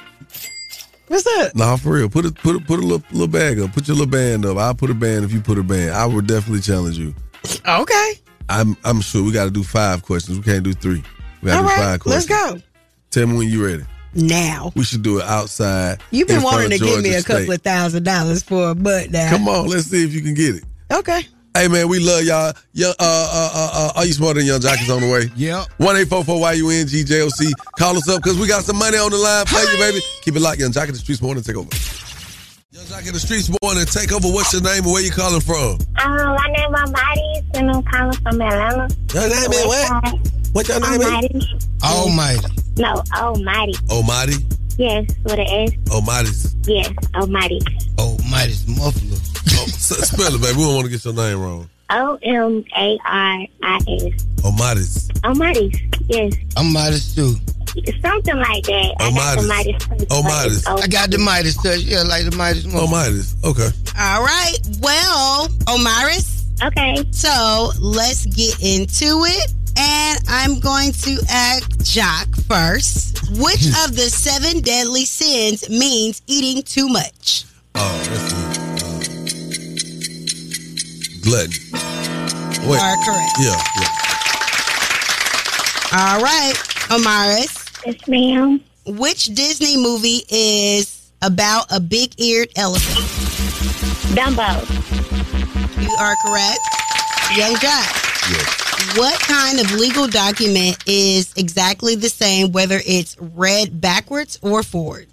What's up? Nah, for real. Put a put a, put a little, little bag up. Put your little band up. I'll put a band if you put a band. I would definitely challenge you. Okay. I'm I'm sure we got to do five questions. We can't do three. We got to All do right. five questions. Let's go. Tell me when you're ready. Now. We should do it outside. You've been in front wanting to of give me Georgia a couple State. of thousand dollars for a butt now. Come on, let's see if you can get it. Okay. Hey man, we love y'all. Young, uh, uh, uh, uh, are you smarter than Young Jock is on the way? Yep. One eight four four Y U N G J O C. Call us up because we got some money on the line. Play you, baby. Keep it locked, Young Jock in the streets morning take over. Young Jock in the streets morning take over. What's your name and where you calling from? Um, my name is Body, and I'm calling from Atlanta. Your name is what? What's your name is? Almighty. Almighty. No, Almighty. Almighty. Yes, with an S. Almighty's. Yes, oh, Almighty. Almighty's muffler. Oh, s- spell it, baby. We don't want to get your name wrong. O M A R I S. Almighty's. Almighty. Yes, I'm modest too. something like that. I got the Midas. I got the Midas touch. Yeah, like the Midas. Oh, Midas. Okay. All right. Well, Omaris. Okay. So let's get into it. And I'm going to ask Jock first. Which of the seven deadly sins means eating too much? Oh, that's it. Glutton. Wait. Are correct. Yeah, yeah. All right, Omaris. Yes, ma'am. Which Disney movie is about a big eared elephant? Dumbo. You are correct. Young Jock. What kind of legal document is exactly the same whether it's read backwards or forward?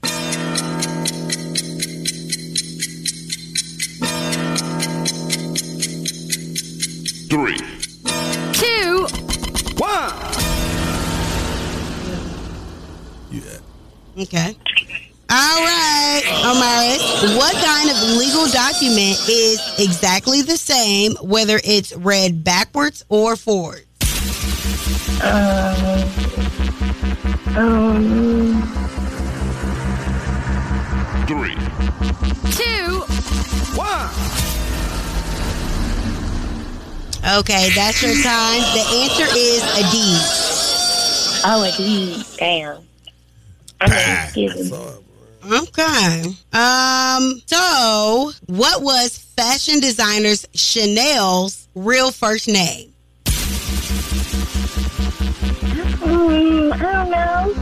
Three. Two. One. Okay. All right, Omaris. What kind of legal document is exactly the same whether it's read backwards or forward? Uh, Um. Three. Two. One. Okay, that's your time. The answer is a deed. Oh, a deed. Damn. Okay. Um. So, what was fashion designers Chanel's real first name? Mm, I don't know.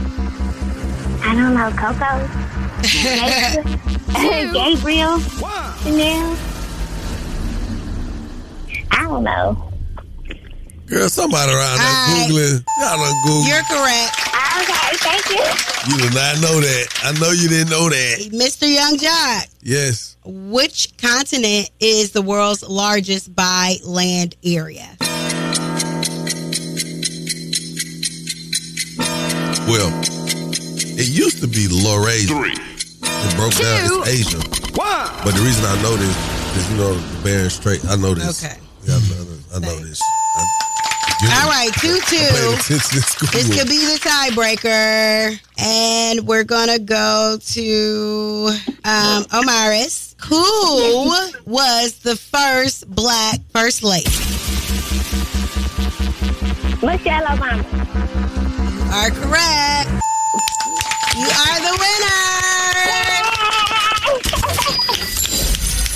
I don't know, Coco. Gabriel. Chanel. I don't know. Girl, somebody around there Googling. Y'all done Google. You're correct. Okay, thank you. You did not know that. I know you didn't know that. Mr. Young Jock, Yes. which continent is the world's largest by land area? Well, it used to be Laurasia. Three. It broke down. It's Asia. One. But the reason I know this is, you know, the Bering Strait. I know this. Okay. Yeah, I know this. I know this. I, you All right, two paid two. attention in school. This could be the tiebreaker, and we're gonna go to um, Omaris. Who was the first black first lady? Michelle Obama. Are correct. You are the winner.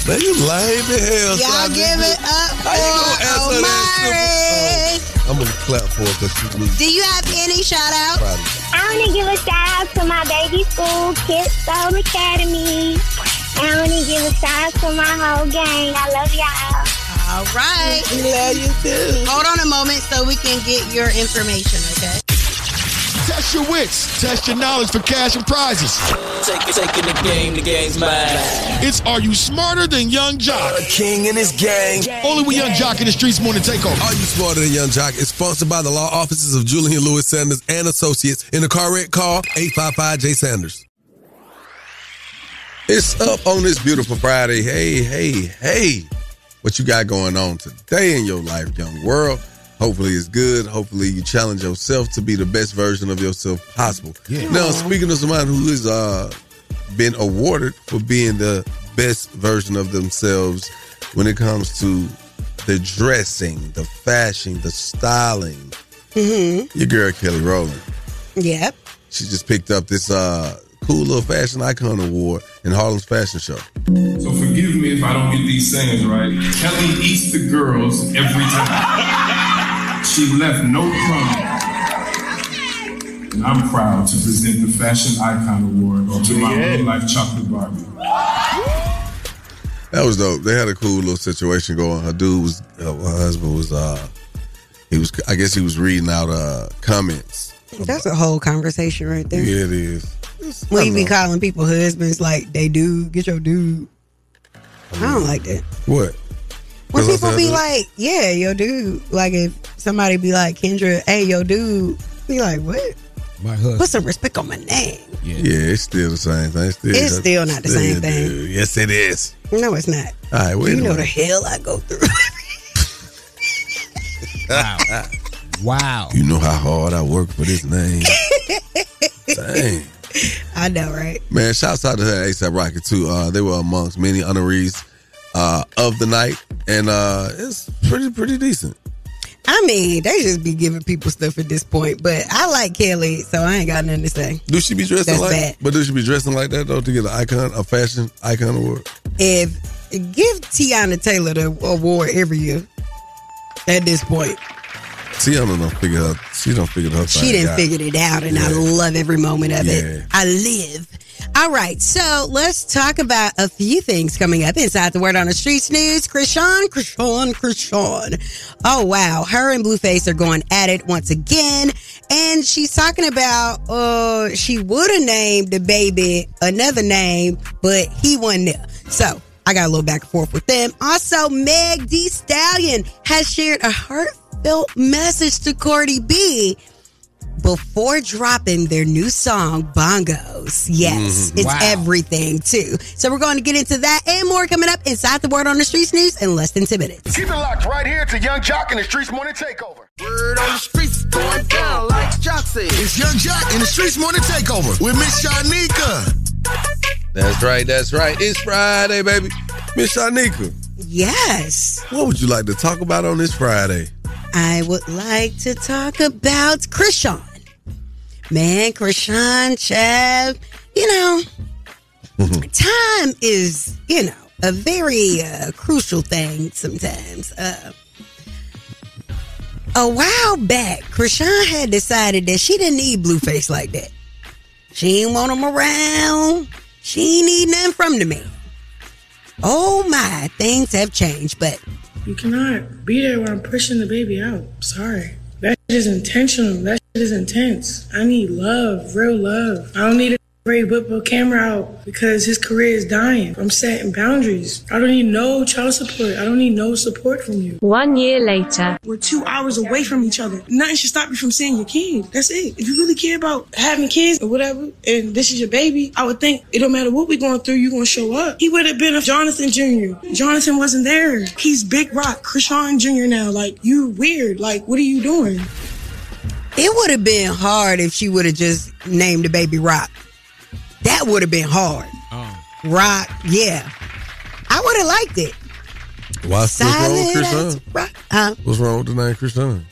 Man, you lame as hell. Y'all Sandra. give it up for Omaris. I'm gonna clap for it because you lose. Do you have any shout outs? Probably. I want to give a shout out to my baby school, Kidstone Academy. And I want to give a shout out to my whole gang. I love y'all. All right. We love you too. Hold on a moment so we can get your information, okay? Test your wits. Test your knowledge for cash and prizes. Take it, taking the game, the game's mine. It's Are You Smarter Than Young Jock? A king and his gang. Only with Young Jock in the streets morning takeover. Are You Smarter Than Young Jock is sponsored by the law offices of Julian Lewis Sanders and Associates. In the car wreck, call 855-J Sanders. It's up on this beautiful Friday. Hey, hey, hey. What you got going on today in your life, young world? Hopefully it's good. Hopefully you challenge yourself to be the best version of yourself possible. Yeah. Now, speaking of someone who has uh, been awarded for being the best version of themselves when it comes to the dressing, the fashion, the styling, Mm-hmm. your girl Kelly Rowland. Yep. She just picked up this uh, cool little fashion icon award in Harlem's fashion show. So forgive me if I don't get these singers right. Kelly eats the girls every time. She left no crumb. And I'm proud to present the Fashion Icon Award to my real life chocolate Barbie. That was dope. They had a cool little situation going. Her dude was, uh, her husband was, uh, he was, I guess he was reading out uh, comments. That's a whole conversation right Yeah, there. it is. We be calling people husbands like they dude, get your dude. I Mm-hmm. don't like that. What? When 'Cause I people said be that- like, yeah, your dude. Like if somebody be like, Kendra, hey, your dude, be like, what? My Put some respect on my name. Yeah. it's still the same thing. Still It's still not the same thing. do. Yes, it is. No, it's not. All right, well, you know the anyway. hell I go through. Wow. wow. You know how hard I work for this name. Dang. I know, right? Man, shouts out to her ASAP Rocket too. Uh, they were amongst many honorees uh, of the night, and uh, it's pretty pretty decent. I mean, they just be giving people stuff at this point. But I like Kelly, so I ain't got nothing to say. Do she be dressing That's like? bad. But do she be dressing like that though to get an icon, a fashion icon award? If give Tiana Taylor the award every year. At this point, Tiana don't figure her. She don't figure her. she thing didn't out. figure it out, and I Yeah. love every moment of Yeah. it. I live All right, so let's talk about a few things coming up inside the Word on the Streets news. Krishan, Krishan, Krishan. Oh wow, her and Blueface are going at it once again, and she's talking about uh she would have named the baby another name, but he wasn't there. So I got a little back and forth with them. Also, Meg D Stallion has shared a heartfelt message to Cardi B before dropping their new song bongos yes Mhm. Mm-hmm. it's Wow. everything too so we're going to get into that and more coming up inside the word on the streets news in less than 10 minutes Keep it locked right here to Young Jock and the Streets Morning Takeover. Word on the streets going down like Jock said. It's Young Jock and the Streets Morning Takeover with Miss Shanika. That's right. That's right. It's Friday, baby. Miss Shanika. Yes. What would you like to talk about on this Friday? i would like to talk about krishan man krishan chav you know time is you know a very uh, crucial thing sometimes uh a while back, Krishan had decided that she didn't need Blueface like that. She didn't want him around. She ain't need nothing from the man. Oh my, things have changed, but You cannot be there when I'm pushing the baby out. Sorry. That shit is intentional. That shit is intense. I need love, real love. I don't need a Ray Whipple camera out because his career is dying. I'm setting boundaries. I don't need no child support. I don't need no support from you. One year later. We're two hours away from each other. Nothing should stop you from seeing your kid. That's it. If you really care about having kids or whatever, and this is your baby, I would think it don't matter what we're going through, you're going to show up. He would have been a Jonathan Jr. Jonathan wasn't there. He's Big Rock, Krishan Jr. now. Like, you weird. Like, what are you doing? it would have been hard if she would have just named the baby Rock. That would have been hard. Oh. Rock, yeah. I would have liked it. Why, what's wrong with Silent Krishan? Uh, What's wrong with the name Krishan?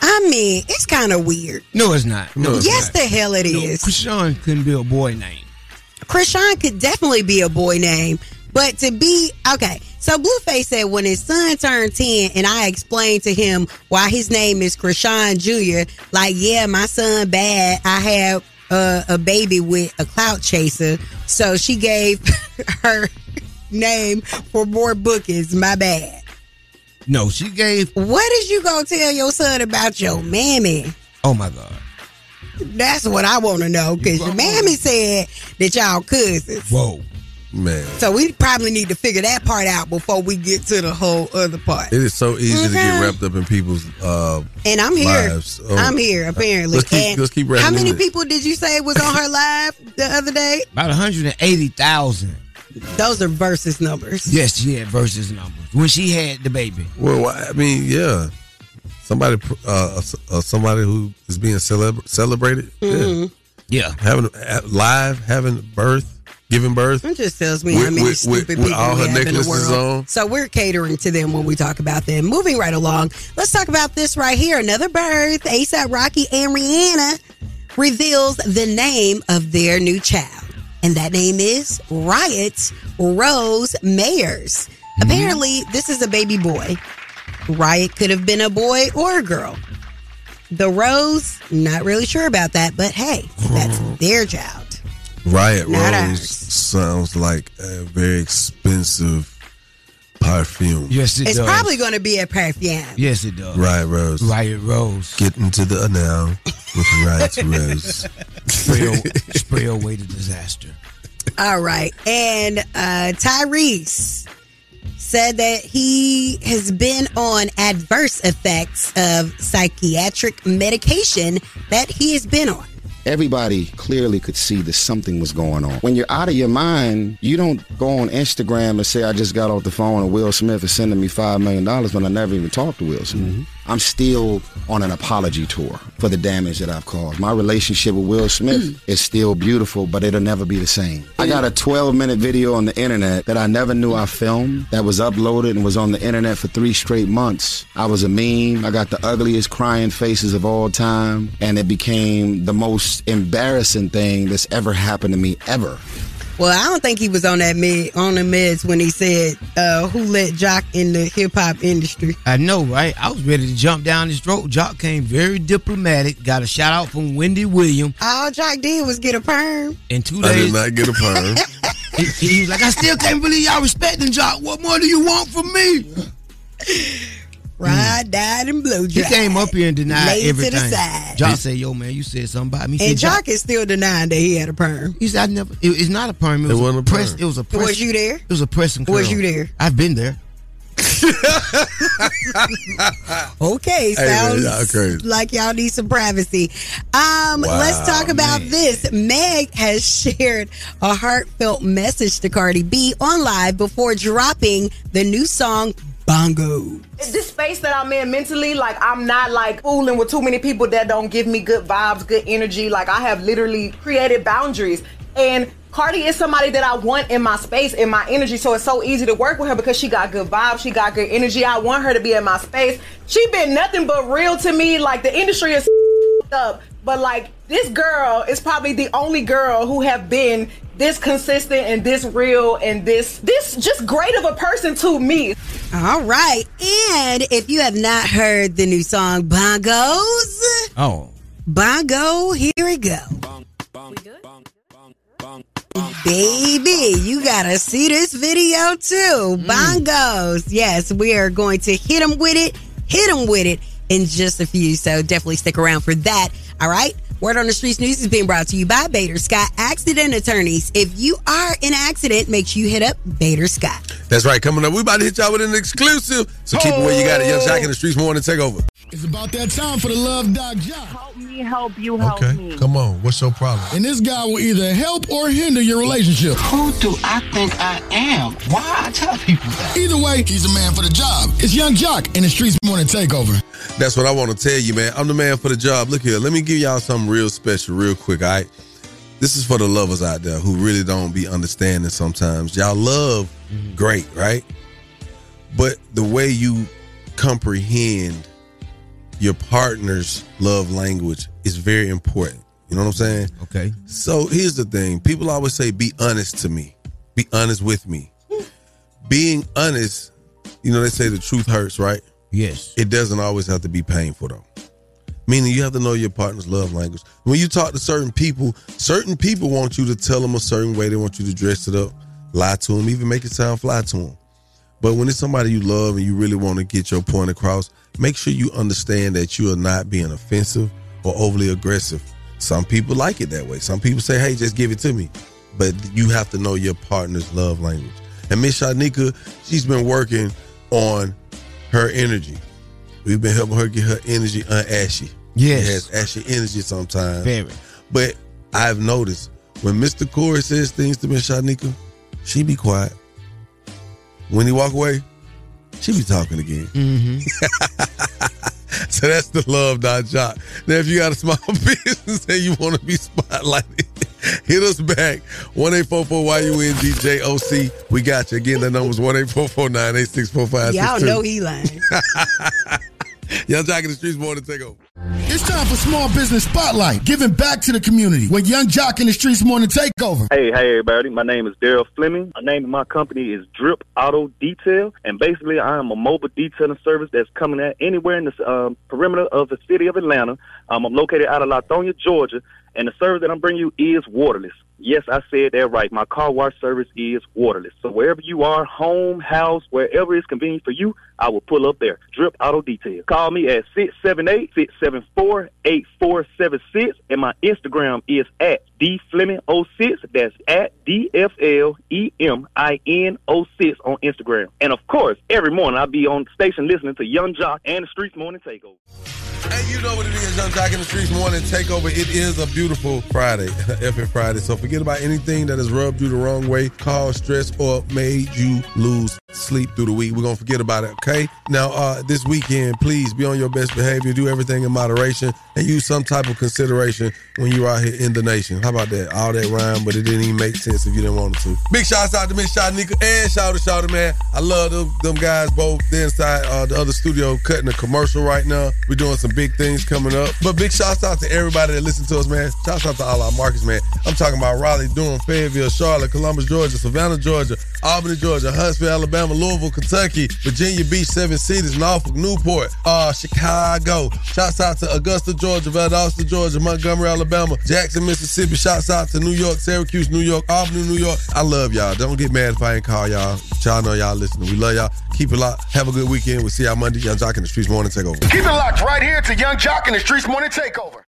I mean, it's kind of weird. No, it's not. No, it's yes, not. the hell it is. No, Krishan couldn't be a boy name. Krishan could definitely be a boy name, but to be okay. So Blueface said when his son turned 10 and I explained to him why his name is Krishan Jr., like, yeah, my son bad. I had uh, a baby with a clout chaser. So she gave her name for more bookings. My bad. No, she gave. What is you gonna tell your son about your mammy? Oh my God. That's what I want to know because your mammy said that y'all cousins. Whoa. Man. So we probably need to figure that part out before we get to the whole other part. It is so easy to Okay. get wrapped up in people's uh Mm-hmm. And I'm here. lives. Oh. I'm here apparently. Let's keep- And let's keep How wrapping many it. people did you say was on her live the other day? About 180,000. Those are versus numbers. Yes, she had versus numbers when she had the baby. Well, why- I mean, yeah. Somebody, uh, uh, somebody who is being celeb- celebrated, Mhm. yeah, having uh, live, having birth, giving birth. It just tells me how many stupid with, people with all we her have necklaces in the world. on. So we're catering to them when we talk about them. Moving right along, let's talk about this right here. Another birth. ASAP Rocky and Rihanna reveals the name of their new child, and that name is Riot Rose Mayers. Mm-hmm. Apparently, this is a baby boy. Riot could have been a boy or a girl. The Rose, not really sure about that, but hey, that's their child. Riot Not Rose sounds like a very expensive perfume. Yes, It's probably going to be a perfume. Yes, it does. Riot Rose. Riot Rose. Get into the now with Riot Rose. Spray, a- spray away the disaster. All right. And uh, Tyrese said that he has been on adverse effects of psychiatric medication that he has been on. Everybody clearly could see that something was going on. When you're out of your mind, you don't go on Instagram and say, I just got off the phone and Will Smith is sending me $5 million when I never even talked to Will Smith. I'm still on an apology tour for the damage that I've caused. My relationship with Will Smith is still beautiful, but it'll never be the same. I got a 12 minute video on the internet that I never knew I filmed that was uploaded and was on the internet for three straight months. I was a meme. I got the ugliest crying faces of all time, and it became the most embarrassing thing that's ever happened to me ever. Well, I don't think he was on that med on the meds when he said, uh, "Who let Jock in the hip hop industry?" I know, right? I was ready to jump down his throat. Jock came very diplomatic. Got a shout out from Wendy William. All Jock did was get a perm. In two I did days, not get a perm. he, he was like, I still can't believe y'all respecting Jock. What more do you want from me? Hmm. Ride, died, and blow He dry. came up here and denied Laid to the everything. side. Jock said, "Yo, man, you said something about me." He and said, Jock is still denying that he had a perm. He said, "I never." It, it's not a perm. It, was wasn't a a press. perm. It was a press. Was you there? It was a press and curl. Was you there? I've been there. okay, Hey, man, sounds y'all crazy. like y'all need some privacy. Um, Wow, let's talk about man. this. Meg has shared a heartfelt message to Cardi B on live before dropping the new song Bongo. this space that I'm in mentally, like I'm not like fooling with too many people that don't give me good vibes, good energy. Like I have literally created boundaries. And Cardi is somebody that I want in my space, in my energy. So it's so easy to work with her because she got good vibes, she got good energy. I want her to be in my space. She been nothing but real to me. Like the industry is up. But like this girl is probably the only girl who have been this consistent and this real and this this just great of a person to me. All right. And if you have not heard the new song Bongos, Oh, Bongo, here we go. Baby, you gotta see this video too. Bongos. Yes, we are going to hit them with it, hit them with it in just a few. So definitely stick around for that. All right. Word on the Streets News is being brought to you by Bader Scott Accident Attorneys. If you are in an accident, make sure you hit up Bader Scott. That's right. Coming up, we about to hit y'all with an exclusive. So keep it where you got it. Young Jack in the streets morning takeover. It's about that time for the Love Doc Jock. Help me, help you, help Come on. What's your problem? And this guy will either help or hinder your relationship. Who do I think I am? Why I tell people that? Either way, he's a man for the job. It's Young Jock and the Streets Morning Takeover. That's what I want to tell you, man. I'm the man for the job. Look here, let me give y'all something real special, real quick, all right? This is for the lovers out there who really don't be understanding sometimes. Y'all love great, right? But the way you comprehend your partner's love language is very important. You know what I'm saying? Okay. So here's the thing people always say, be honest to me, be honest with me. Being honest, you know, they say the truth hurts, right? Yes. It doesn't always have to be painful, though. Meaning you have to know your partner's love language. When you talk to certain people, certain people want you to tell them a certain way. They want you to dress it up, lie to them, even make it sound fly to them. But when it's somebody you love and you really want to get your point across, make sure you understand that you are not being offensive or overly aggressive. Some people like it that way. Some people say, hey, just give it to me. But you have to know your partner's love language. And Miss Shanika, she's been working on her energy. We've been helping her get her energy unashy. Yes. She has ashy energy sometimes. Very. But I've noticed when Mr. Corey says things to Miss Shanika, she be quiet. When he walk away, she be talking again. Mm-hmm. So that's the love dot job. Now, if you got a small business and you want to be spotlighted, hit us back. one eight four four YUNDJOC. We got you. Again, that number's 1 Y'all know he lying. Y'all jocking the streets more to take over. It's time for Small Business Spotlight, giving back to the community with Young Jock and the Streets Morning Takeover. Hey, hey, everybody. My name is Daryl Fleming. The name of my company is Drip Auto Detail. And basically, I am a mobile detailing service that's coming at anywhere in the um, perimeter of the city of Atlanta. Um, I'm located out of Latonia, Georgia. And the service that I'm bringing you is waterless. Yes, I said that right. My car wash service is waterless. So wherever you are, home, house, wherever it's convenient for you, I will pull up there. Drip Auto Detail. Call me at 678-674-8476. And my Instagram is at dfleming06. That's at E D-F-L-E-M-I-N-06 on Instagram. And of course, every morning I'll be on the station listening to Young Jock and the Streets Morning Takeover. Hey, you know what it is, Young Jock in the Streets Morning Takeover. It is a beautiful Friday, effing Friday. So forget about anything that has rubbed you the wrong way, caused stress, or made you lose sleep through the week. We're gonna forget about it, okay? Now, uh, this weekend, please be on your best behavior. Do everything in moderation and use some type of consideration when you're out here in the nation. How about that? All that rhyme, but it didn't even make sense if you didn't want it to. Big shouts out to Miss Shotnika and shout out to Shouter Man. I love them, them guys both. They're inside uh, the other studio cutting a commercial right now. We're doing some big things coming up. But big shouts out to everybody that listen to us, man. Shouts out to all our markets, man. I'm talking about Raleigh, Durham, Fayetteville, Charlotte, Columbus, Georgia, Savannah, Georgia, Albany, Georgia, Huntsville, Alabama, Louisville, Kentucky, Virginia Beach, Seven Cities, Norfolk, Newport, uh, Chicago. Shouts out to Augusta, Georgia, Valdosta, Georgia, Montgomery, Alabama, Jackson, Mississippi. Shouts out to New York, Syracuse, New York, Albany, New York. I love y'all. Don't get mad if I ain't call y'all. Y'all know y'all listening. We love y'all. Keep it locked. Have a good weekend. We'll see y'all Monday. Young Jock in the streets morning. Take over. Keep it locked right here to Young Jock and the Streets Morning Takeover.